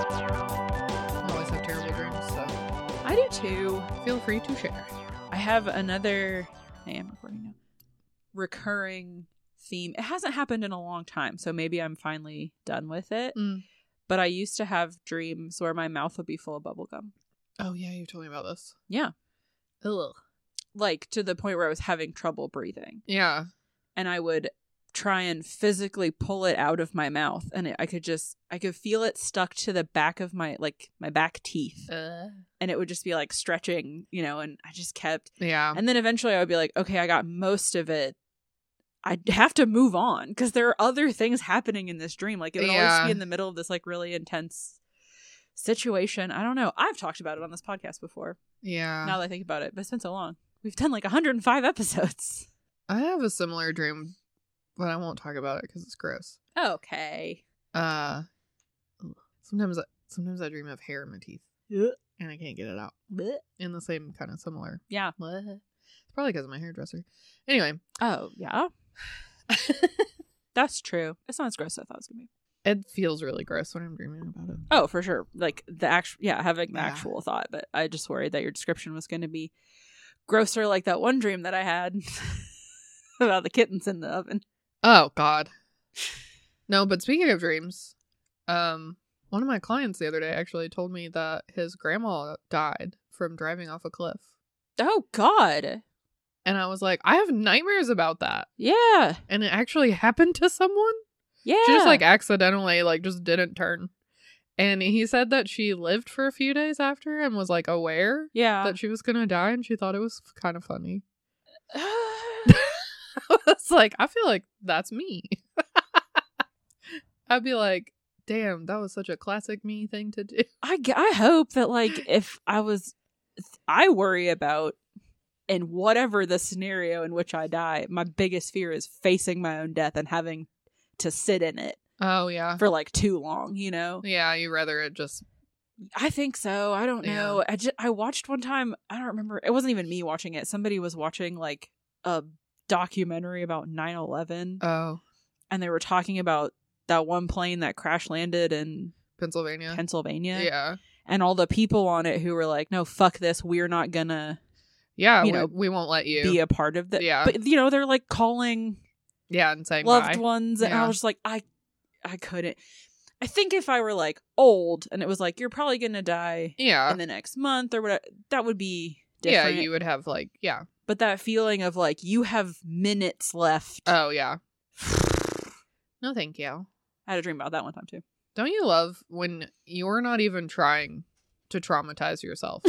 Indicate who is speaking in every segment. Speaker 1: I always have terrible dreams, so
Speaker 2: I do too.
Speaker 1: feel free to share.
Speaker 2: I have another. I am recording now. Recurring theme. It hasn't happened in a long time, so maybe I'm finally done with it.
Speaker 1: Mm.
Speaker 2: But I used to have dreams where my mouth would be full of bubblegum.
Speaker 1: Oh yeah, you told me about this.
Speaker 2: Yeah.
Speaker 1: Ugh.
Speaker 2: Like to the point where I was having trouble breathing.
Speaker 1: Yeah.
Speaker 2: And I would try and physically pull it out of my mouth. And it, I could just, I could feel it stuck to the back of my, like my back teeth. And it would just be like stretching, you know, and I just kept
Speaker 1: yeah.
Speaker 2: And then eventually I would be like, okay, I got most of it. I have to move on because there are other things happening in this dream. Like it would always
Speaker 1: Yeah.
Speaker 2: be in the middle of this like really intense situation. I don't know. I've talked about it on this podcast before.
Speaker 1: yeah.
Speaker 2: Now that I think about it, but it's been so long. We've done like 105 episodes.
Speaker 1: I have a similar dream, but I won't talk about it because it's gross.
Speaker 2: Okay.
Speaker 1: Uh, ugh. sometimes I, sometimes I dream of hair in my teeth and I can't get it out. In the same kind of similar.
Speaker 2: Yeah.
Speaker 1: It's probably because of my hairdresser. Anyway,
Speaker 2: Oh yeah. That's true. It's not as gross as I thought it was gonna be.
Speaker 1: it feels really gross when I'm dreaming about it.
Speaker 2: Oh, for sure. Like the actual, yeah, having the
Speaker 1: Yeah.
Speaker 2: actual thought, but I just worried that your description was going to be grosser, like that one dream that I had about the kittens in the oven.
Speaker 1: Oh God. No, but speaking of dreams, um, one of my clients the other day actually told me that his grandma died from driving off a cliff,
Speaker 2: Oh God,
Speaker 1: and I was like, I have nightmares about that,
Speaker 2: yeah,
Speaker 1: and it actually happened to someone.
Speaker 2: yeah.
Speaker 1: She just like accidentally like just didn't turn, and he said that she lived for a few days after and was like aware
Speaker 2: yeah.
Speaker 1: that she was gonna die, and she thought it was kind of funny. I was like, I feel like that's me. I'd be like, damn, that was such a classic me thing to do.
Speaker 2: I g- I hope that like if I was, I worry about. in whatever the scenario in which I die, my biggest fear is facing my own death and having to sit in it
Speaker 1: Oh yeah.
Speaker 2: for like too long, you know?
Speaker 1: yeah, you rather it just
Speaker 2: I think so. I don't
Speaker 1: Yeah.
Speaker 2: know. I just I watched one time. I don't remember. It wasn't even me watching it. Somebody was watching like a documentary about 9/11
Speaker 1: oh
Speaker 2: and they were talking about that one plane that crash landed in
Speaker 1: Pennsylvania.
Speaker 2: Pennsylvania
Speaker 1: Yeah.
Speaker 2: and all the people on it who were like, "No, fuck this. We're not going to
Speaker 1: Yeah,
Speaker 2: You
Speaker 1: we,
Speaker 2: know,
Speaker 1: we won't let you.
Speaker 2: be a part of that."
Speaker 1: Yeah.
Speaker 2: But you know, they're like calling
Speaker 1: yeah, and saying
Speaker 2: loved
Speaker 1: bye.
Speaker 2: ones and
Speaker 1: Yeah.
Speaker 2: I was just like I I couldn't. I think if I were like old and it was like you're probably going to die
Speaker 1: Yeah.
Speaker 2: in the next month or whatever, that would be
Speaker 1: Uh. Yeah,
Speaker 2: different.
Speaker 1: you would have like yeah.
Speaker 2: but that feeling of like you have minutes left.
Speaker 1: Oh yeah. No thank you.
Speaker 2: I had a dream about that one time too.
Speaker 1: Don't you love when you're not even trying to traumatize yourself?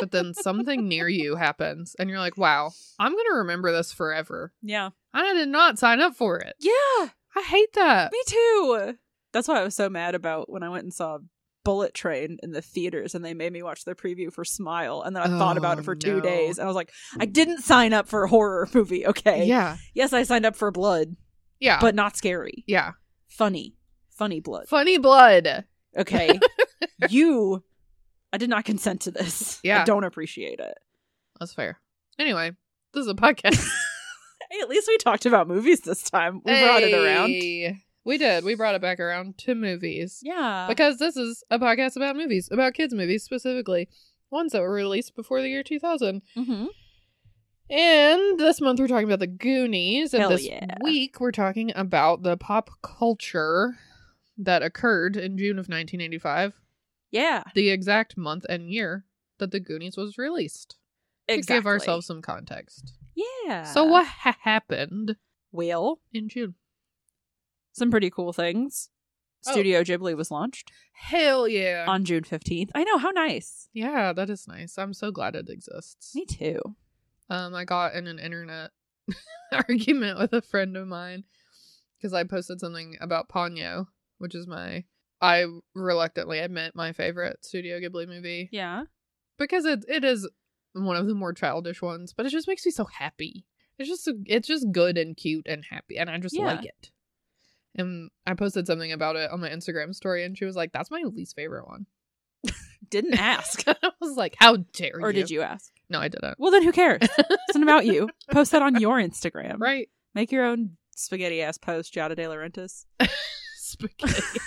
Speaker 1: but then something near you happens and you're like, wow, I'm gonna remember this forever.
Speaker 2: Yeah.
Speaker 1: I did not sign up for it.
Speaker 2: Yeah,
Speaker 1: I hate that.
Speaker 2: me too. That's why I was so mad about when I went and saw Bullet Train in the theaters and they made me watch the preview for Smile and then I thought about
Speaker 1: Oh,
Speaker 2: it for 2
Speaker 1: no.
Speaker 2: days and I was like, I didn't sign up for a horror movie, okay?
Speaker 1: Yeah.
Speaker 2: Yes, I signed up for blood,
Speaker 1: Yeah.
Speaker 2: but not scary.
Speaker 1: yeah.
Speaker 2: Funny. Funny blood.
Speaker 1: Funny blood.
Speaker 2: Okay. you I did not consent to this. I
Speaker 1: Yeah.
Speaker 2: don't appreciate it.
Speaker 1: That's fair. Anyway, this is a podcast.
Speaker 2: Hey, at least we talked about movies this time. We brought it around.
Speaker 1: Hey. We did. We brought it back around to movies.
Speaker 2: Yeah.
Speaker 1: Because this is a podcast about movies, about kids' movies specifically, ones that were released before the year 2000.
Speaker 2: mm-hmm.
Speaker 1: And this month we're talking about the Goonies. And
Speaker 2: Hell
Speaker 1: this
Speaker 2: yeah.
Speaker 1: week we're talking about the pop culture that occurred in June of 1985,
Speaker 2: Yeah.
Speaker 1: the exact month and year that the Goonies was released. to give ourselves some context.
Speaker 2: Yeah.
Speaker 1: So what ha- happened
Speaker 2: Whale.
Speaker 1: in June.
Speaker 2: Some pretty cool things.
Speaker 1: Oh.
Speaker 2: Studio Ghibli was launched
Speaker 1: Hell yeah.
Speaker 2: on June 15th. I know, how nice.
Speaker 1: Um, yeah, that is nice. I'm so glad it exists.
Speaker 2: Me too.
Speaker 1: Um, I got in an internet argument with a friend of mine because I posted something about Ponyo, which is my I reluctantly admit my favorite Studio Ghibli movie
Speaker 2: Yeah.
Speaker 1: because it it is one of the more childish ones, but it just makes me so happy. It's just it's just good and cute and happy, and I just
Speaker 2: Yeah.
Speaker 1: like it. And I posted something about it on my Instagram story, and she was like, "That's my least favorite one."
Speaker 2: Didn't ask.
Speaker 1: I was like, "How dare you?"
Speaker 2: or did you ask?
Speaker 1: No, I didn't.
Speaker 2: Well, then who cares? it's not about you. Post that on your Instagram.
Speaker 1: Right?
Speaker 2: Make your own spaghetti ass post, Giada De Laurentiis.
Speaker 1: spaghetti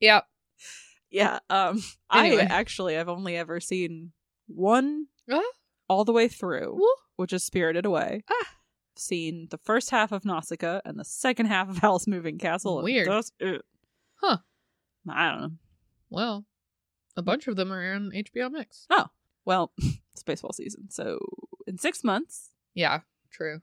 Speaker 1: yeah.
Speaker 2: Yeah. Um.
Speaker 1: Anyway.
Speaker 2: I actually I've only ever seen one
Speaker 1: Huh?
Speaker 2: all the way through,
Speaker 1: Uh, Well,
Speaker 2: which is Spirited Away.
Speaker 1: Ah.
Speaker 2: I've seen the first half of Nausicaa and the second half of House Moving Castle. and
Speaker 1: Weird.
Speaker 2: that's it.
Speaker 1: Huh.
Speaker 2: I don't know.
Speaker 1: well, a bunch of them are on HBO Mix.
Speaker 2: Well, Spaceball season. So in six months,
Speaker 1: Yeah, true.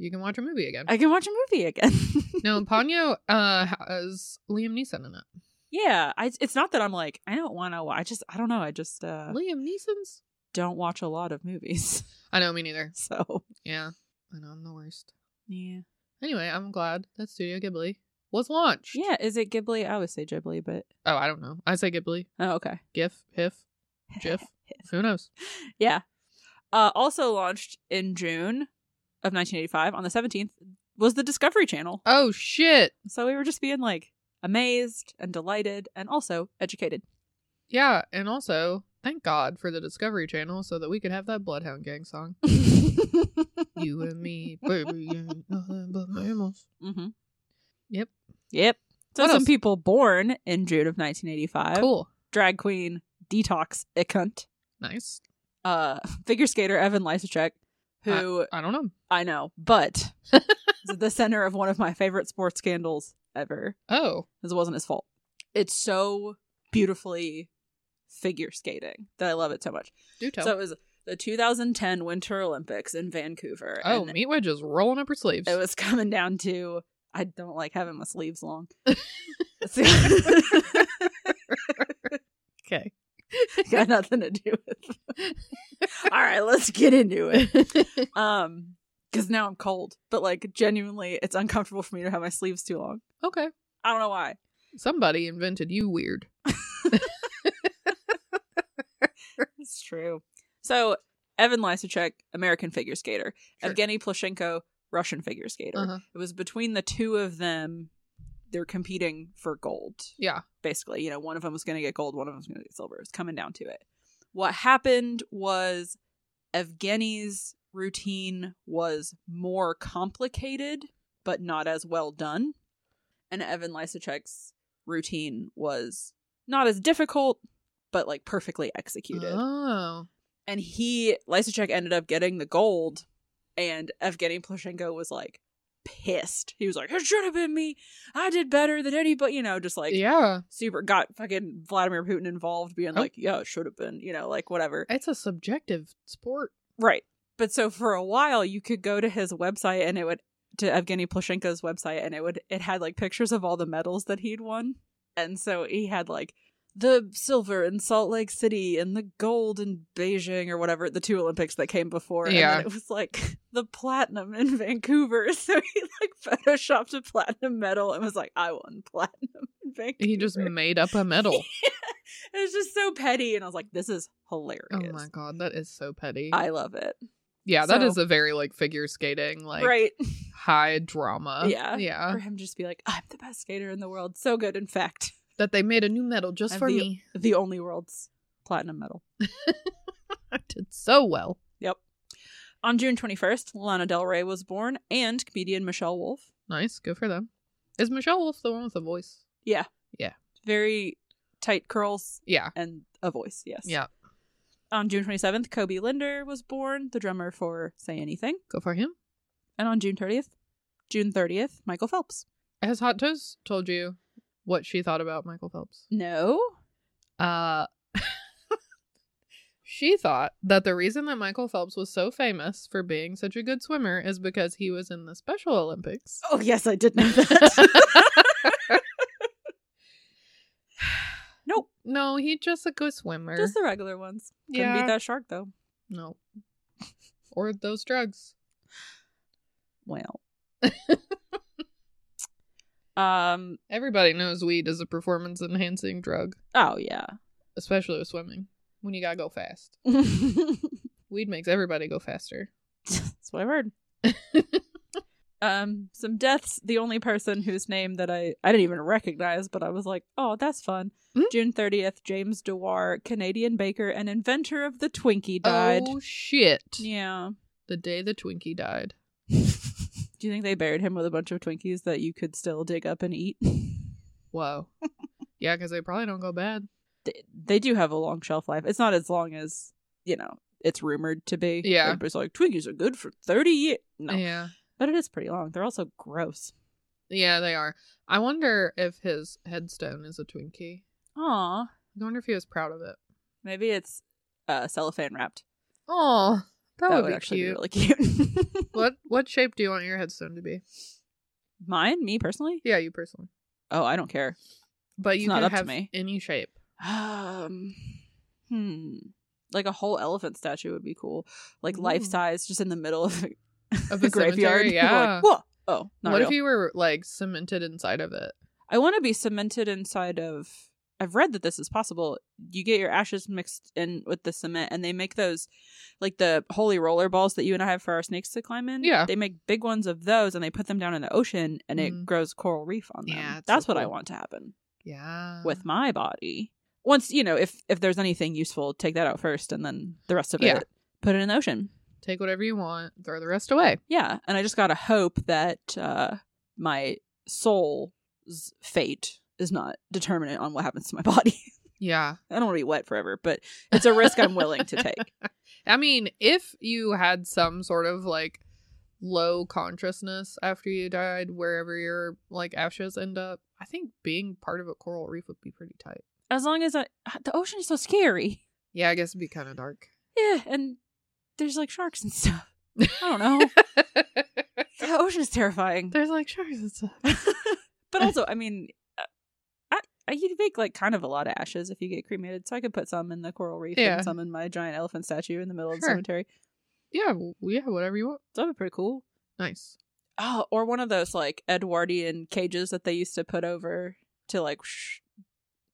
Speaker 1: You can watch a movie again.
Speaker 2: I can watch a movie again.
Speaker 1: no, Ponyo uh, has Liam Neeson in it.
Speaker 2: Yeah. I, it's not that I'm like I don't want to. I just I don't know. I just uh,
Speaker 1: Liam Neeson's?
Speaker 2: don't watch a lot of movies.
Speaker 1: I know, me neither.
Speaker 2: So
Speaker 1: Yeah, I know, I'm the worst.
Speaker 2: yeah.
Speaker 1: Anyway, I'm glad that Studio Ghibli was launched.
Speaker 2: Yeah. Is it Ghibli? I always say Ghibli, but
Speaker 1: Oh, I don't know. I say Ghibli.
Speaker 2: oh okay.
Speaker 1: GIF, HIF, GIF. Who knows?
Speaker 2: Yeah. Uh, also launched in June of 1985 on the 17th was the Discovery Channel.
Speaker 1: Oh, shit.
Speaker 2: So we were just being like amazed and delighted and also educated.
Speaker 1: Yeah, and also, thank God for the Discovery Channel so that we could have that Bloodhound Gang song.
Speaker 2: mm-hmm.
Speaker 1: you and me, baby, you ain't nothing but mammals. Yep.
Speaker 2: Yep. So
Speaker 1: What
Speaker 2: some
Speaker 1: else?
Speaker 2: people born in June of 1985.
Speaker 1: Cool.
Speaker 2: Drag queen Detox Ikunt.
Speaker 1: Nice.
Speaker 2: Uh, figure skater Evan Lysacek, who
Speaker 1: I don't know.
Speaker 2: I know, but is at the center of one of my favorite sports scandals ever.
Speaker 1: Oh,
Speaker 2: This wasn't his fault. It's so beautifully figure skating that I love it so much.
Speaker 1: do tell.
Speaker 2: So it was the 2010 Winter Olympics in Vancouver.
Speaker 1: oh,
Speaker 2: and
Speaker 1: Meat Wedge is rolling up her sleeves.
Speaker 2: it was coming down to I don't like having my sleeves long. It's
Speaker 1: okay.
Speaker 2: got nothing to do with. All right, let's get into it. Um, because now I'm cold, but like genuinely, it's uncomfortable for me to have my sleeves too long.
Speaker 1: okay.
Speaker 2: I don't know why.
Speaker 1: Somebody invented you weird.
Speaker 2: It's true. So Evan Lysacek, American figure skater.
Speaker 1: Sure.
Speaker 2: Evgeny Plushenko, Russian figure skater.
Speaker 1: Uh-huh.
Speaker 2: It was between the two of them. They're competing for gold,
Speaker 1: Yeah.
Speaker 2: basically. You know, one of them was going to get gold, one of them was going to get silver. It's coming down to it. What happened was Evgeny's routine was more complicated, but not as well done. And Evan Lysacek's routine was not as difficult, but like perfectly executed
Speaker 1: Oh.
Speaker 2: and he Lysacek ended up getting the gold, and Evgeny Plushenko was like pissed. He was like, "It should have been me. I did better than anybody." You know, just like
Speaker 1: yeah.
Speaker 2: super got fucking Vladimir Putin involved, being
Speaker 1: Oh.
Speaker 2: like, "Yeah, it should have been," you know, like whatever.
Speaker 1: It's a subjective sport.
Speaker 2: Right. But so for a while, you could go to his website, and it would to Evgeny Plushenko's website, and it would it had like pictures of all the medals that he'd won, and so he had like the silver in Salt Lake City and the gold in Beijing or whatever the two Olympics that came before,
Speaker 1: Yeah.
Speaker 2: and then it was like the platinum in Vancouver. So he like photoshopped a platinum medal and was like, "I won platinum in Vancouver."
Speaker 1: He just made up a medal.
Speaker 2: it was just so petty, and I was like, "This is hilarious."
Speaker 1: oh my god, that is so petty.
Speaker 2: I love it.
Speaker 1: yeah, that
Speaker 2: so-
Speaker 1: is a very like figure skating, like
Speaker 2: right.
Speaker 1: high drama.
Speaker 2: Yeah.
Speaker 1: Yeah.
Speaker 2: for him to just be like, I'm the best skater in the world. So good, in fact.
Speaker 1: That they made a new medal just
Speaker 2: I'm
Speaker 1: for
Speaker 2: the-
Speaker 1: me.
Speaker 2: The only world's platinum medal.
Speaker 1: I did so well.
Speaker 2: On June 21st, Lana Del Rey was born and comedian Michelle Wolf.
Speaker 1: Nice, good for them. Is Michelle Wolf the one with the voice?
Speaker 2: Very tight curls
Speaker 1: Yeah,
Speaker 2: and a voice, yes.
Speaker 1: yeah.
Speaker 2: On June 27th, Kobe Linder was born, the drummer for Say Anything.
Speaker 1: Go for him.
Speaker 2: And on June 30th, June 30th, Michael Phelps.
Speaker 1: Has Hot Toast told you what she thought about Michael Phelps?
Speaker 2: No.
Speaker 1: Uh, She thought that the reason that Michael Phelps was so famous for being such a good swimmer is because he was in the Special Olympics.
Speaker 2: Oh, yes, I did know that. nope.
Speaker 1: No, he's just a good swimmer.
Speaker 2: Just the regular ones. Couldn't
Speaker 1: Yeah.
Speaker 2: beat that shark, though.
Speaker 1: no. Or those drugs.
Speaker 2: Well. um.
Speaker 1: Everybody knows weed is a performance enhancing drug,
Speaker 2: Oh, yeah.
Speaker 1: especially with swimming when you gotta go fast.
Speaker 2: That's
Speaker 1: Weed makes everybody go faster.
Speaker 2: what I've heard. um, some deaths. The only person whose name that I I didn't even recognize, but I was like, oh, that's fun.
Speaker 1: Mhm.
Speaker 2: June thirtieth, James Dewar, Canadian baker and inventor of the Twinkie, died.
Speaker 1: Oh shit.
Speaker 2: Yeah.
Speaker 1: The day the Twinkie died.
Speaker 2: Do you think they buried him with a bunch of Twinkies that you could still dig up and eat?
Speaker 1: Whoa. yeah, because they probably don't go bad.
Speaker 2: they, they do have a long shelf life. It's not as long as you know it's rumored to be.
Speaker 1: Yeah.
Speaker 2: Everybody's like Twinkies are good for thirty years. No,
Speaker 1: Yeah.
Speaker 2: but it is pretty long. They're also gross.
Speaker 1: Yeah, they are. I wonder if his headstone is a Twinkie.
Speaker 2: Aw.
Speaker 1: I wonder if he was proud of it.
Speaker 2: Maybe it's uh, cellophane wrapped.
Speaker 1: Oh, that,
Speaker 2: That,
Speaker 1: would,
Speaker 2: would,
Speaker 1: be
Speaker 2: actually
Speaker 1: cute.
Speaker 2: be really cute.
Speaker 1: what what shape do you want your headstone to be?
Speaker 2: Mine, me personally?
Speaker 1: Yeah, you personally.
Speaker 2: Oh, I don't care.
Speaker 1: But
Speaker 2: It's
Speaker 1: you
Speaker 2: not
Speaker 1: can
Speaker 2: up to
Speaker 1: have
Speaker 2: me.
Speaker 1: any shape.
Speaker 2: Um, hmm. Like a whole elephant statue would be cool. Like
Speaker 1: Ooh.
Speaker 2: life size, just in the middle of a,
Speaker 1: Of the
Speaker 2: graveyard.
Speaker 1: cemetery,
Speaker 2: People are
Speaker 1: yeah.
Speaker 2: like, Whoa. Oh, not
Speaker 1: what
Speaker 2: real.
Speaker 1: if you were like cemented inside of it?
Speaker 2: I want to be cemented inside of. I've read that this is possible. You get your ashes mixed in with the cement, and they make those, like the holy roller balls that you and I have for our snakes to climb in.
Speaker 1: Yeah.
Speaker 2: they make big ones of those, and they put them down in the ocean, and
Speaker 1: Mhm.
Speaker 2: it grows coral reef on them.
Speaker 1: Yeah, it's so
Speaker 2: that's what I
Speaker 1: cool. Uh-huh.
Speaker 2: want to happen
Speaker 1: Yeah.
Speaker 2: with my body. Once you know, if if there's anything useful, take that out first, and then the rest of
Speaker 1: Yeah.
Speaker 2: it, put it in the ocean.
Speaker 1: Take whatever you want, throw the rest away.
Speaker 2: Yeah, and I just gotta hope that uh, my soul's fate is not determinant on what happens to my body.
Speaker 1: Yeah.
Speaker 2: I don't want to be wet forever, but it's a risk I'm willing to take.
Speaker 1: I mean, if you had some sort of like low consciousness after you died, wherever your like ashes end up, I think being part of a coral reef would be pretty tight.
Speaker 2: As long as I, ah, the ocean is so scary.
Speaker 1: Yeah, I guess it'd be kind of dark.
Speaker 2: Yeah, and there's like sharks and stuff. I don't know. the ocean is terrifying.
Speaker 1: There's like sharks and stuff.
Speaker 2: but also, I mean, uh, I, I you make like kind of a lot of ashes if you get cremated, so I could put some in the coral reef
Speaker 1: Yeah.
Speaker 2: and some in my giant elephant statue in the middle of the
Speaker 1: Sure.
Speaker 2: cemetery.
Speaker 1: Yeah, w- yeah, whatever you want.
Speaker 2: That'd be pretty cool.
Speaker 1: Nice.
Speaker 2: Oh, or one of those like Edwardian cages that they used to put over to like sh-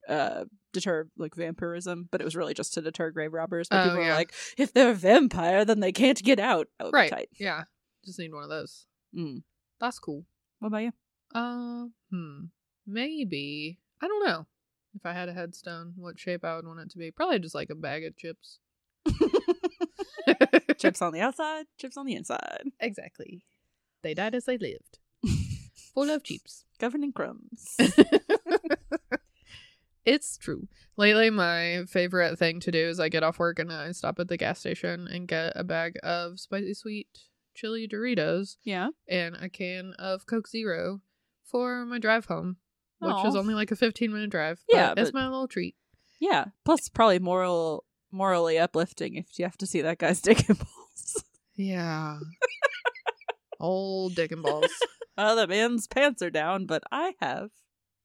Speaker 2: uh deter like vampirism, but it was really just to deter grave robbers. But
Speaker 1: Oh,
Speaker 2: people
Speaker 1: yeah.
Speaker 2: were like, if they're a vampire, then they can't get out. That would be
Speaker 1: Right.
Speaker 2: tight.
Speaker 1: Yeah. Just need one of those.
Speaker 2: Mm.
Speaker 1: That's cool.
Speaker 2: What about you?
Speaker 1: Um, hmm. Maybe. I don't know. If I had a headstone, what shape I would want it to be. Probably just like a bag of chips.
Speaker 2: chips on the outside, chips on the inside,
Speaker 1: Exactly. They died as they lived. Full of chips.
Speaker 2: covered in crumbs.
Speaker 1: it's true. Lately, my favorite thing to do is I get off work and I stop at the gas station and get a bag of spicy sweet chili Doritos
Speaker 2: yeah.
Speaker 1: and a can of Coke Zero for my drive home, which is
Speaker 2: Aw.
Speaker 1: only like a 15 minute drive. But
Speaker 2: Yeah,
Speaker 1: It's
Speaker 2: but-
Speaker 1: my little treat.
Speaker 2: Yeah. Plus probably moral morally uplifting if you have to see that guy's dick and balls.
Speaker 1: Yeah. Old dick and balls.
Speaker 2: Oh, the man's pants are down, but I have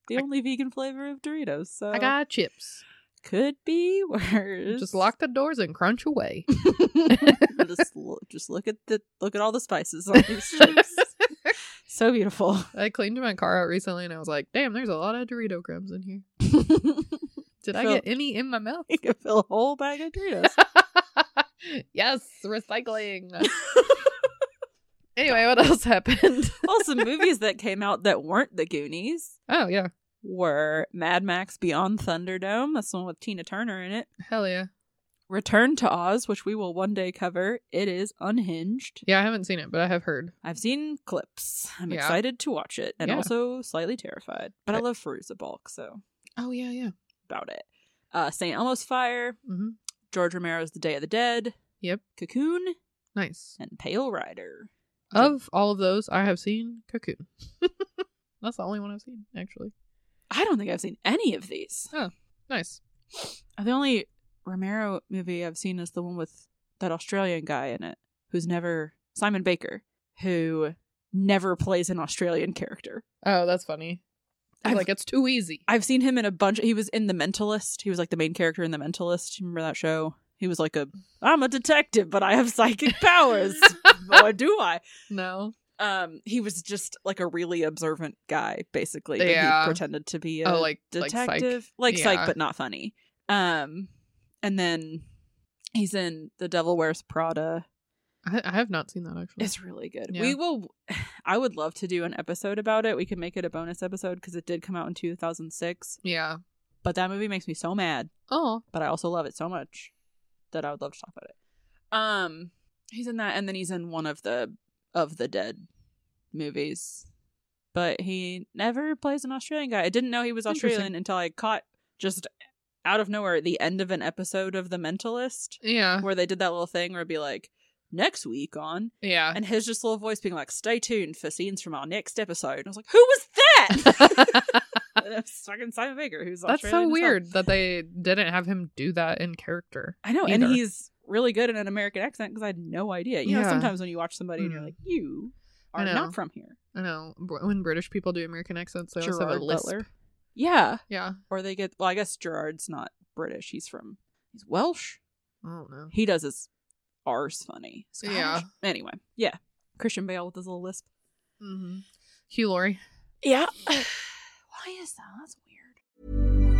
Speaker 2: the only vegan flavor of Doritos. So
Speaker 1: I got chips.
Speaker 2: could be worse.
Speaker 1: Just lock the doors and crunch away.
Speaker 2: just, lo- just look at the look at all the spices on these chips. so beautiful.
Speaker 1: I cleaned my car out recently and I was like, damn, there's a lot of Dorito crumbs in here.
Speaker 2: you
Speaker 1: Did I
Speaker 2: Phil-
Speaker 1: get any in my mouth?
Speaker 2: can fill a whole bag of Doritos.
Speaker 1: yes, recycling. anyway, what else happened?
Speaker 2: also, movies that came out that weren't the Goonies
Speaker 1: Oh, yeah.
Speaker 2: were Mad Max Beyond Thunderdome. That's the one with Tina Turner in it.
Speaker 1: Hell yeah.
Speaker 2: Return to Oz, which we will one day cover. It is unhinged.
Speaker 1: Yeah, I haven't seen it, but I have heard.
Speaker 2: I've seen clips. I'm
Speaker 1: Yeah.
Speaker 2: excited to watch it and
Speaker 1: Yeah.
Speaker 2: also slightly terrified. But I
Speaker 1: Right.
Speaker 2: love Feruza Balk, so
Speaker 1: Oh, yeah, yeah.
Speaker 2: about it. Uh, St. Elmo's Fire,
Speaker 1: hmm
Speaker 2: George Romero's The Day of the Dead,
Speaker 1: Yep.
Speaker 2: Cocoon,
Speaker 1: Nice.
Speaker 2: and Pale Rider.
Speaker 1: Of all of those, I have seen Cocoon. That's the only one I've seen, actually.
Speaker 2: I don't think I've seen any of these.
Speaker 1: Nice.
Speaker 2: The only Romero movie I've seen is the one with that Australian guy in it who's never Simon Baker, who never plays an Australian character.
Speaker 1: Oh, that's funny. I
Speaker 2: I've-
Speaker 1: was like, it's too easy.
Speaker 2: I've seen him in a bunch. He was in The Mentalist. He was like the main character in The Mentalist. You remember that show? He was like a I'm a detective, but I have psychic powers. or do I?
Speaker 1: no.
Speaker 2: Um, he was just like a really observant guy, basically. but
Speaker 1: Yeah.
Speaker 2: He pretended to be a
Speaker 1: oh, like like psych.
Speaker 2: detective, like psych,
Speaker 1: Yeah.
Speaker 2: but not funny. Um, and then he's in The Devil Wears Prada.
Speaker 1: I, I have not seen that actually.
Speaker 2: It's really good.
Speaker 1: Yeah.
Speaker 2: We will. I would love to do an episode about it. We could make it a bonus episode because it did come out in 2006.
Speaker 1: yeah.
Speaker 2: But that movie makes me so mad.
Speaker 1: Oh,
Speaker 2: But I also love it so much that I would love to talk about it. Um, he's in that, and then he's in one of the of the dead movies. But he never plays an Australian guy. I didn't know he was Australian
Speaker 1: Interesting.
Speaker 2: until I caught just out of nowhere at the end of an episode of The Mentalist,
Speaker 1: yeah,
Speaker 2: where they did that little thing where it'd be like, next week on
Speaker 1: yeah.
Speaker 2: and his just little voice being like, "Stay tuned for scenes from our next episode." And I was like, "Who was that?" And it was fucking Simon Baker, who's
Speaker 1: That's so
Speaker 2: Australian as well.
Speaker 1: weird that they didn't have him do that in character.
Speaker 2: I know,
Speaker 1: either.
Speaker 2: and he's really good in an American accent because I had no idea. You know,
Speaker 1: Yeah.
Speaker 2: sometimes when you watch somebody and you're
Speaker 1: Mhm.
Speaker 2: like, "You
Speaker 1: I
Speaker 2: are
Speaker 1: know.
Speaker 2: not from here."
Speaker 1: I know Br- when British people do American accents, they always have a
Speaker 2: Gerard
Speaker 1: lisp.
Speaker 2: Butler. Yeah,
Speaker 1: Yeah,
Speaker 2: or they get. Well, I guess Gerard's not British. He's from. He's Welsh.
Speaker 1: I don't know.
Speaker 2: He does his R's funny. Scottish.
Speaker 1: Yeah.
Speaker 2: Anyway, yeah. Christian Bale with his little lisp.
Speaker 1: Mm-hmm. Hugh Laurie.
Speaker 2: Yeah. Why is that? That's weird.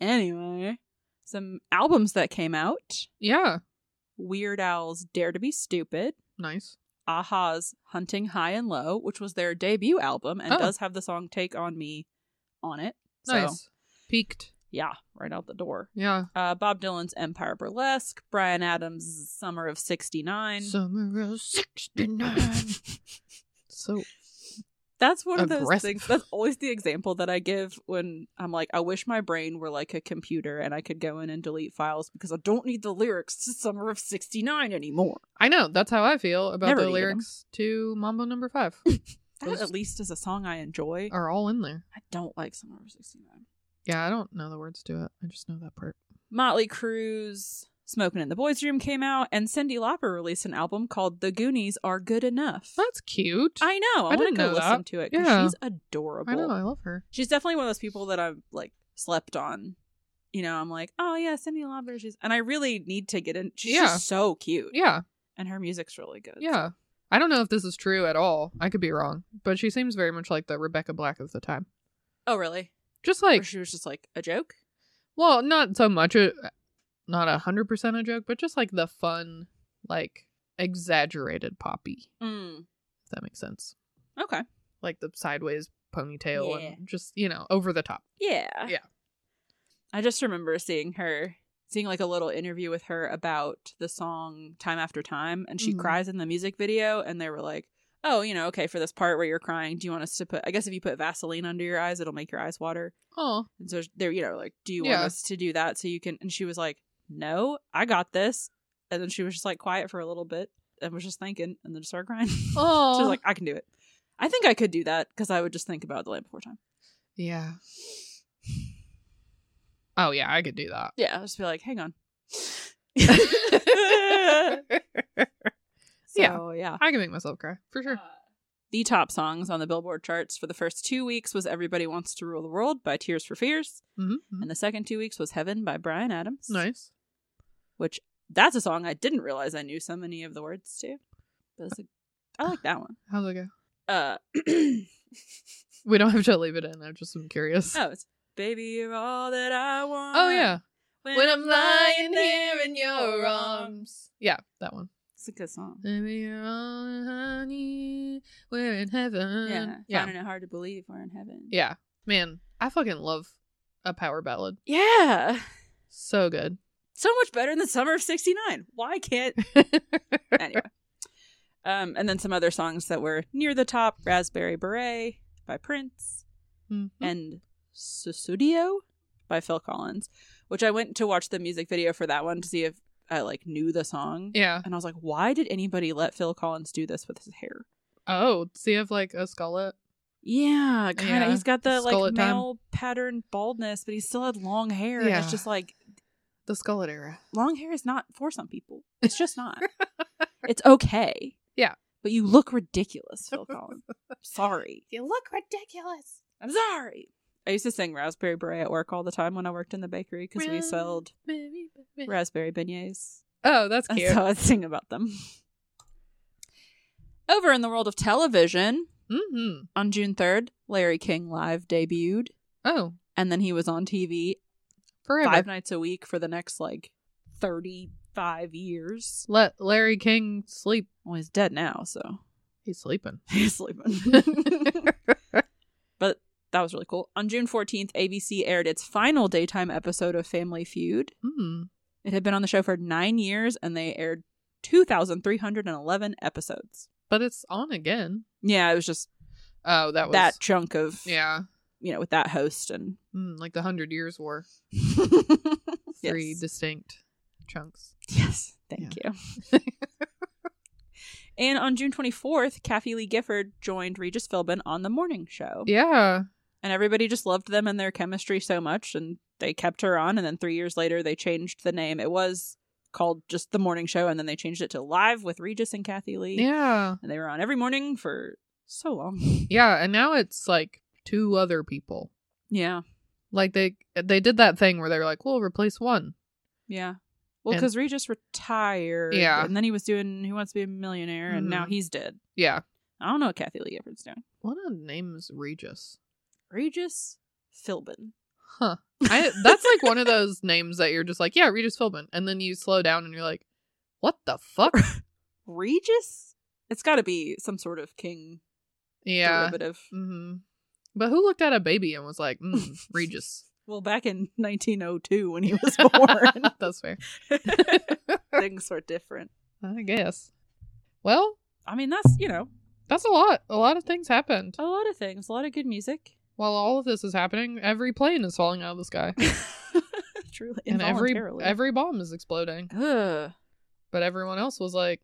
Speaker 2: Anyway, some albums that came out
Speaker 1: Yeah,
Speaker 2: Weird Owl's Dare to Be Stupid,
Speaker 1: nice.
Speaker 2: Aha's Hunting High and Low, which was their debut album and
Speaker 1: Oh.
Speaker 2: does have the song Take on Me on it. So,
Speaker 1: Nice. Peaked.
Speaker 2: yeah, right out the door.
Speaker 1: Yeah.
Speaker 2: Uh, Bob Dylan's Empire Burlesque, Brian Adams' Summer of 69.
Speaker 1: Summer of 69. so,
Speaker 2: That's one of those
Speaker 1: Aggressive.
Speaker 2: things. That's always the example that I give when I'm like, I wish my brain were like a computer and I could go in and delete files because I don't need the lyrics to Summer of 69 anymore.
Speaker 1: I know. That's how I feel about
Speaker 2: Never
Speaker 1: the
Speaker 2: need 'em.
Speaker 1: lyrics to Mambo Number Five.
Speaker 2: That at least is a song I enjoy.
Speaker 1: Are all in there.
Speaker 2: I don't like Summer of 69.
Speaker 1: Yeah, I don't know the words to it. I just know that part.
Speaker 2: Motley Crue's Smoking in the Boys Room came out, and Cindy Lauper released an album called The Goonies Are Good Enough.
Speaker 1: That's cute.
Speaker 2: I know. I,
Speaker 1: I
Speaker 2: want
Speaker 1: didn't
Speaker 2: to go
Speaker 1: know
Speaker 2: listen
Speaker 1: that.
Speaker 2: to it because
Speaker 1: Yeah.
Speaker 2: she's adorable.
Speaker 1: I know. I love her.
Speaker 2: She's definitely one of those people that I've like slept on. You know, I'm like, oh yeah, Cindy Lauper. She's and I really need to get in. She's
Speaker 1: Yeah.
Speaker 2: just so cute,
Speaker 1: Yeah.
Speaker 2: and her music's really good.
Speaker 1: Yeah. I don't know if this is true at all. I could be wrong, but she seems very much like the Rebecca Black of the time.
Speaker 2: Oh really?
Speaker 1: Just
Speaker 2: or
Speaker 1: like,
Speaker 2: she was just like a joke.
Speaker 1: well, not so much, a, not a hundred percent a joke, but just like the fun, like exaggerated poppy.
Speaker 2: Mm.
Speaker 1: If that makes sense.
Speaker 2: Okay.
Speaker 1: Like the sideways ponytail
Speaker 2: Yeah.
Speaker 1: and just you know over the top.
Speaker 2: Yeah.
Speaker 1: Yeah.
Speaker 2: I just remember seeing her seeing like a little interview with her about the song Time After Time and she
Speaker 1: Mhm.
Speaker 2: cries in the music video and they were like, "Oh, you know, okay, for this part where you're crying, do you want us to put I guess if you put Vaseline under your eyes, it'll make your eyes water."
Speaker 1: Oh,
Speaker 2: And so they're, you know, like, "Do you
Speaker 1: Yeah.
Speaker 2: want us to do that so you can?" And she was like, "No, I got this." And then she was just like quiet for a little bit and was just thinking and then started crying.
Speaker 1: oh,
Speaker 2: she was like, "I can do it." I think I could do that because I would just think about the land before time.
Speaker 1: yeah. Oh yeah, I could do that.
Speaker 2: Yeah, I'll just be like, hang on. so,
Speaker 1: yeah,
Speaker 2: yeah. Uh,
Speaker 1: I can make myself cry for sure.
Speaker 2: The top songs on the Billboard charts for the first two weeks was Everybody Wants to Rule the World by Tears for Fears,
Speaker 1: Mm-hmm.
Speaker 2: and the second two weeks was Heaven by Brian Adams.
Speaker 1: Nice.
Speaker 2: Which that's a song I didn't realize I knew so many of the words to. But it's a, I like that one.
Speaker 1: How's it go?
Speaker 2: Uh, oh,
Speaker 1: We don't have to leave it in. I just am curious.
Speaker 2: it's Baby, you're all that I want.
Speaker 1: oh yeah.
Speaker 2: When,
Speaker 1: Yeah, that one.
Speaker 2: It's a good song.
Speaker 1: Maybe you're all I need. We're in heaven.
Speaker 2: yeah,
Speaker 1: yeah.
Speaker 2: finding it hard to believe we're in heaven.
Speaker 1: Yeah. Man, I fucking love a power ballad.
Speaker 2: yeah,
Speaker 1: So good.
Speaker 2: so much better than the summer of '69. Why can't anyway? Um, and then some other songs that were near the top: "Raspberry Beret" by Prince
Speaker 1: Mhm.
Speaker 2: and "Susudio" by Phil Collins, which I went to watch the music video for that one to see if I like knew the song.
Speaker 1: yeah.
Speaker 2: And I was like, why did anybody let Phil Collins do this with his hair?
Speaker 1: Oh, does he have like a skullet?
Speaker 2: Yeah, kind of.
Speaker 1: Yeah,
Speaker 2: He's got the
Speaker 1: skull
Speaker 2: like
Speaker 1: it down.
Speaker 2: male pattern baldness, but he still had long hair. And
Speaker 1: Yeah.
Speaker 2: it's just like
Speaker 1: The skullet era.
Speaker 2: long hair is not for some people. It's just not. it's okay.
Speaker 1: Yeah.
Speaker 2: But you look ridiculous, Phil Collins. sorry.
Speaker 1: You look ridiculous.
Speaker 2: I'm sorry. I used to sing Raspberry Beret at work all the time when I worked in the bakery because we
Speaker 1: Ra-
Speaker 2: sold raspberry beignets.
Speaker 1: Oh, that's cute.
Speaker 2: That's how I sing about them. Over in the world of television,
Speaker 1: mm-hmm.
Speaker 2: on June 3rd, Larry King Live debuted.
Speaker 1: Oh,
Speaker 2: And then he was on TV
Speaker 1: forever.
Speaker 2: five nights a week for the next like 35 years.
Speaker 1: Let Larry King sleep.
Speaker 2: Well, he's dead now, so
Speaker 1: He's sleeping. Mm-hmm.
Speaker 2: he's sleeping. but that was really cool. On June 14th, ABC aired its final daytime episode of Family Feud.
Speaker 1: Mm.
Speaker 2: It had been on the show for nine years, and they aired 2,311 episodes.
Speaker 1: But it's on again.
Speaker 2: Yeah, it was just
Speaker 1: Oh, that
Speaker 2: that,
Speaker 1: was
Speaker 2: chunk of,
Speaker 1: Yeah,
Speaker 2: you know, with that host and.
Speaker 1: mm, like the Hundred Years War. Three
Speaker 2: Yes.
Speaker 1: distinct chunks.
Speaker 2: Yes, thank you. and on June 24th, Kathy Lee Gifford joined Regis Philbin on the morning show.
Speaker 1: Yeah.
Speaker 2: And everybody just loved them and their chemistry so much. And they kept her on. And then three years later, they changed the name. It was called just the morning show. And then they changed it to Live with Regis and Kathy Lee.
Speaker 1: Yeah.
Speaker 2: And they were on every morning for so long.
Speaker 1: Yeah. And now it's like two other people.
Speaker 2: Yeah.
Speaker 1: Like they they did that thing where they were like, we'll replace one.
Speaker 2: Yeah. Well,
Speaker 1: And-
Speaker 2: because Regis retired.
Speaker 1: Yeah.
Speaker 2: And then he was doing Who Wants to Be a Millionaire. And now
Speaker 1: Mhm.
Speaker 2: he's dead.
Speaker 1: Yeah.
Speaker 2: I don't know what Kathy Lee Gifford's doing.
Speaker 1: What a name is Regis.
Speaker 2: Regis Philbin.
Speaker 1: Huh. I that's like one of those names that you're just like, yeah, Regis Philbin, and then you slow down and you're like, what the fuck?
Speaker 2: Regis? It's got to be some sort of king
Speaker 1: yeah.
Speaker 2: derivative.
Speaker 1: hmm But who looked at a baby and was like, mm, Regis?
Speaker 2: Well, back in 1902 when he was born,
Speaker 1: that's fair.
Speaker 2: things were different.
Speaker 1: I guess. Well,
Speaker 2: I mean, that's, you know,
Speaker 1: that's a lot. A lot of things happened
Speaker 2: a lot of things, a lot of good music.
Speaker 1: while all of this is happening. Every plane is falling out of the sky,
Speaker 2: Truly.
Speaker 1: and every
Speaker 2: involuntarily.
Speaker 1: every bomb is exploding.
Speaker 2: Ugh.
Speaker 1: But everyone else was like,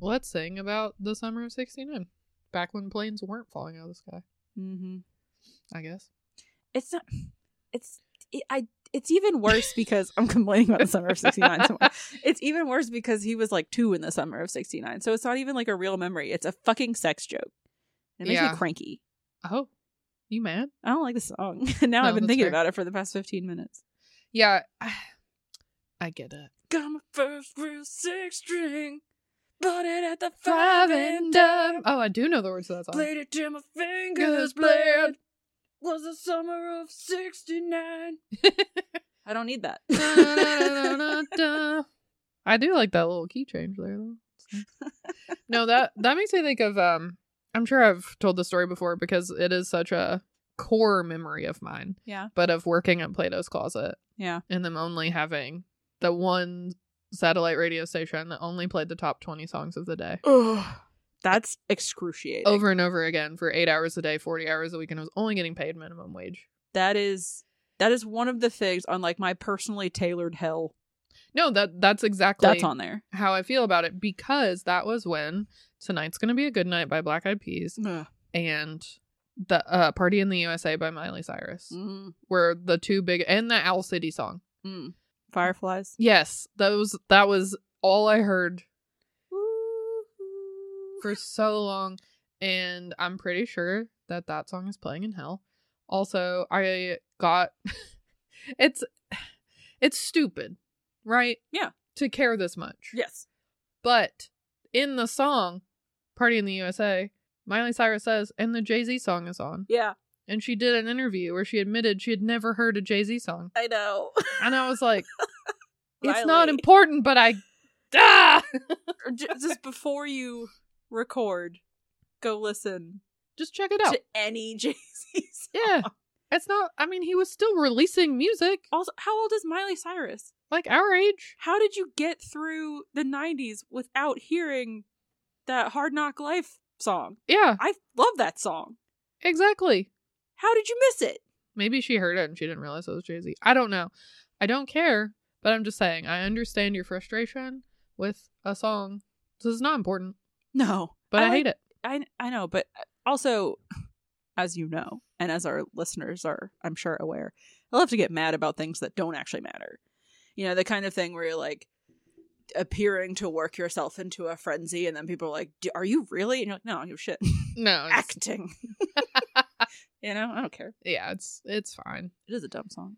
Speaker 1: let's sing about the summer of '69, back when planes weren't falling out of the sky.
Speaker 2: hmm
Speaker 1: I guess.
Speaker 2: It's not, it's, it, I, it's even worse because I'm complaining about the summer of 69 so much. It's even worse because he was like two in the summer of 69. So it's not even like a real memory. It's a fucking sex joke. It makes
Speaker 1: Yeah.
Speaker 2: me cranky.
Speaker 1: Oh, you mad?
Speaker 2: I don't like the song. And now
Speaker 1: No,
Speaker 2: I've been
Speaker 1: that's
Speaker 2: thinking
Speaker 1: fair.
Speaker 2: about it for the past 15 minutes.
Speaker 1: Yeah, I- I get it.
Speaker 2: Got my first real six string. Bought it at the
Speaker 1: Five and dime. Oh, I do know the words to that song.
Speaker 2: it to my
Speaker 1: fingers bled.
Speaker 2: Was the summer of 69. I don't need that.
Speaker 1: Da, da, da, da, da. I do like that little key change there though. It's nice. no, that that makes me think of um I'm sure I've told the story before because it is such a core memory of mine,
Speaker 2: yeah.
Speaker 1: but of working at Plato's Closet
Speaker 2: Yeah.
Speaker 1: and them only having the one satellite radio station that only played the top 20 songs of the day
Speaker 2: Oh That's excruciating.
Speaker 1: over and over again for 8 hours a day, 40 hours a week and I was only getting paid minimum wage.
Speaker 2: That is that is one of the things on like my personally tailored hell
Speaker 1: No, that that's exactly
Speaker 2: that's on there.
Speaker 1: how I feel about it because that was when tonight's gonna be a good night by Black Eyed Peas and the uh, Party in the USA by Miley Cyrus
Speaker 2: Mm,
Speaker 1: were the two big and the Owl City song.
Speaker 2: mm. Fireflies.
Speaker 1: Yes, those that was all I heard for so long, and I'm pretty sure that that song is playing in hell. Also, I got it's it's stupid, right?
Speaker 2: Yeah.
Speaker 1: To care this much.
Speaker 2: Yes.
Speaker 1: But in the song Party in the USA, Miley Cyrus says, and the Jay Z song is on.
Speaker 2: Yeah.
Speaker 1: And she did an interview where she admitted she had never heard a Jay Z song.
Speaker 2: I know.
Speaker 1: And I was like, it's not
Speaker 2: Riley.
Speaker 1: important, but I. Ah!
Speaker 2: Or ju- just before you record, go listen
Speaker 1: Just check it out.
Speaker 2: to any Jay Z song.
Speaker 1: Yeah. It's not, I mean, he was still releasing music,
Speaker 2: Also, how old is Miley Cyrus?
Speaker 1: like our age.
Speaker 2: How did you get through the 90s without hearing that Hard Knock Life song?
Speaker 1: Yeah,
Speaker 2: I love that song.
Speaker 1: exactly.
Speaker 2: How did you miss it?
Speaker 1: Maybe she heard it and she didn't realize it was Jay Z. I don't know. I don't care, but I'm just saying, I understand your frustration with a song. This is not important,
Speaker 2: No.
Speaker 1: but I, hate it.
Speaker 2: I I know, but uh, also, as you know, and as our listeners are, I'm sure aware, I love to get mad about things that don't actually matter. You know, the kind of thing where you're like appearing to work yourself into a frenzy, and then people are like, "D- "Are you really?" And you're like, "No, I don't give a shit."
Speaker 1: No, it's,
Speaker 2: Acting. you know, I don't care.
Speaker 1: yeah, it's it's fine.
Speaker 2: It is a dumb song.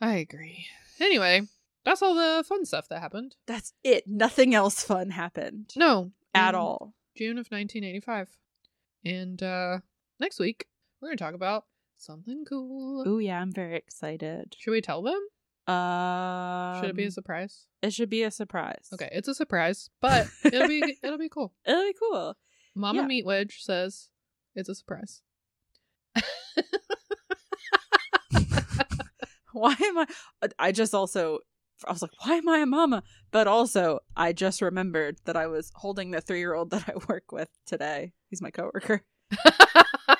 Speaker 1: I agree. Anyway, that's all the fun stuff that happened.
Speaker 2: That's it. Nothing else fun happened
Speaker 1: No,
Speaker 2: at
Speaker 1: in
Speaker 2: all.
Speaker 1: June of 1985, and uh next week we're gonna talk about something cool.
Speaker 2: Ooh, yeah, I'm very excited.
Speaker 1: Should we tell them?
Speaker 2: Um,
Speaker 1: Should it be a surprise?
Speaker 2: it should be a surprise.
Speaker 1: Okay, it's a surprise, but it'll be it'll be cool.
Speaker 2: it'll be cool.
Speaker 1: Mama
Speaker 2: Yeah.
Speaker 1: Meat Wedge says it's a surprise.
Speaker 2: why am I? I just also, I was like, why am I a mama? But also, I just remembered that I was holding the three year old that I work with today. He's my coworker. I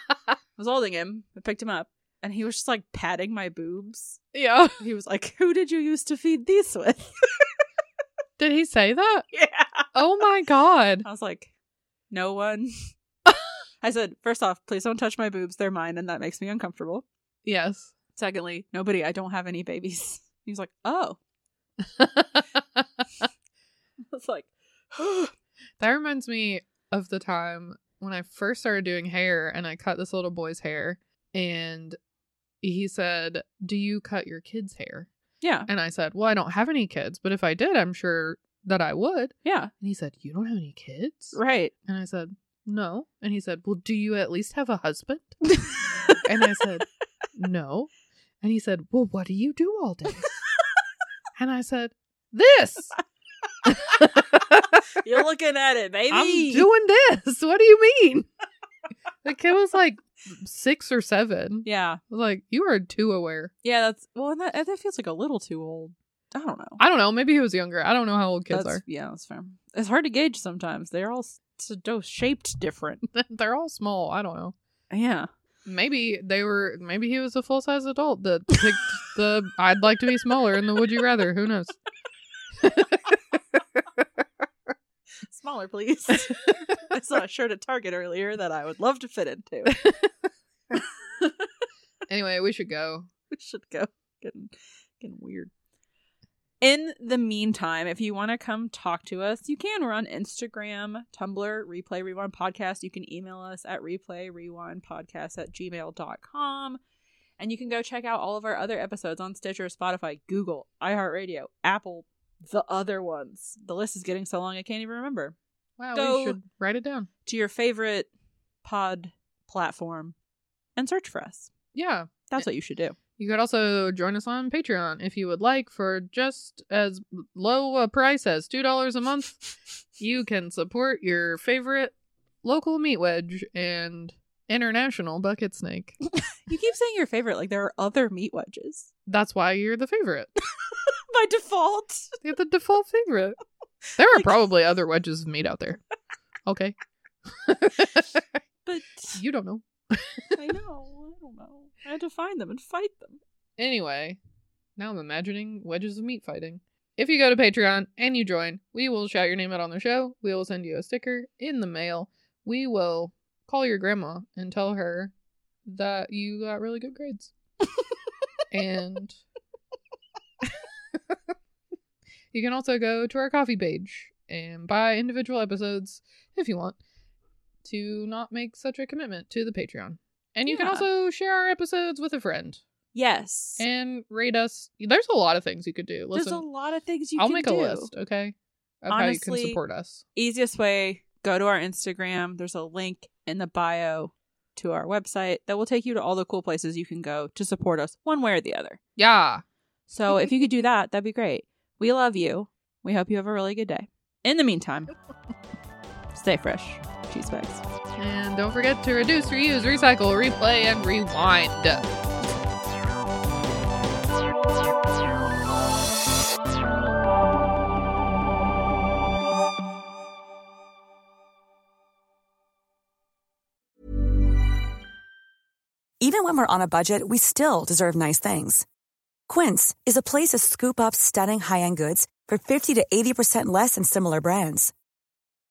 Speaker 2: was holding him. I picked him up, and he was just like patting my boobs.
Speaker 1: yeah.
Speaker 2: He was like, "Who did you used to feed these with?"
Speaker 1: Did he say that?
Speaker 2: yeah.
Speaker 1: Oh my god.
Speaker 2: I was like, "No one." I said, first off, please don't touch my boobs. They're mine, and that makes me uncomfortable.
Speaker 1: Yes.
Speaker 2: Secondly, nobody. I don't have any babies. He was like, "Oh." I was like,
Speaker 1: That reminds me of the time when I first started doing hair and I cut this little boy's hair and he said, Do you cut your kids' hair?
Speaker 2: "Yeah,
Speaker 1: And I said, Well, I don't have any kids, but if I did, I'm sure that I would.
Speaker 2: yeah,
Speaker 1: And he said, You don't have any kids?
Speaker 2: right."
Speaker 1: And I said, No. And he said, Well, do you at least have a husband? And I said, No. And he said, Well, what do you do all day? And I said, This.
Speaker 2: "You're looking at it, baby."
Speaker 1: I'm doing this. What do you mean? the kid was like six or seven.
Speaker 2: yeah,
Speaker 1: I was Like, you are too aware.
Speaker 2: yeah. That's well, and that, that feels like a little too old. I don't know.
Speaker 1: I don't know. Maybe he was younger. I don't know how old kids
Speaker 2: That's- Yeah, that's fair. It's hard to gauge sometimes. They're all s- so shaped different.
Speaker 1: are. They're all small. I don't know.
Speaker 2: Yeah,
Speaker 1: Maybe they were, maybe he was a full size adult that picked the I'd like to be smaller and the would you rather. Who knows?
Speaker 2: smaller, please. I saw a shirt at Target earlier that I would love to fit into.
Speaker 1: Anyway, we should go.
Speaker 2: we should go getting getting weird in the meantime if you want to come talk to us you can we're on instagram tumblr replay rewind podcast you can email us at replay rewind podcast at gmail.com and you can go check out all of our other episodes on stitcher spotify google iheartradio apple the other ones the list is getting so long i can't even remember
Speaker 1: Wow,
Speaker 2: Go.
Speaker 1: we should write it down.
Speaker 2: to your favorite pod platform and search for us
Speaker 1: Yeah.
Speaker 2: that's what you should do
Speaker 1: You could also join us on Patreon if you would like for just as low a price as $2 a month. You can support your favorite local meat wedge and international bucket snake.
Speaker 2: You keep saying your favorite, like there are other meat wedges.
Speaker 1: That's why you're the favorite.
Speaker 2: By default.
Speaker 1: You're the default favorite. There are probably other wedges of meat out there. Okay.
Speaker 2: But
Speaker 1: you don't know.
Speaker 2: I know. I don't know. I had to find them and fight them.
Speaker 1: Anyway, now I'm imagining wedges of meat fighting. If you go to Patreon and you join, we will shout your name out on the show. We will send you a sticker in the mail. We will call your grandma and tell her that you got really good grades. and you can also go to our coffee page and buy individual episodes if you want. to not make such a commitment to the Patreon. And you can
Speaker 2: Yeah.
Speaker 1: also share our episodes with a friend
Speaker 2: Yes.
Speaker 1: and rate us. There's a lot of things you could do.
Speaker 2: There's
Speaker 1: Listen,
Speaker 2: a lot of things you
Speaker 1: I'll
Speaker 2: can
Speaker 1: make
Speaker 2: do.
Speaker 1: a list, okay? Of how you
Speaker 2: Honestly-
Speaker 1: can support us.
Speaker 2: Easiest way, go to our Instagram. There's a link in the bio to our website that will take you to all the cool places you can go to support us one way or the other.
Speaker 1: Yeah.
Speaker 2: So if you could do that, that'd be great. We love you. We hope you have a really good day. In the meantime, stay fresh. Cheese bags.
Speaker 1: And don't forget to reduce, reuse, recycle, replay, and rewind.
Speaker 3: Even when we're on a budget, we still deserve nice things. Quince is a place to scoop up stunning high-end goods for 50 to 80% less than similar brands.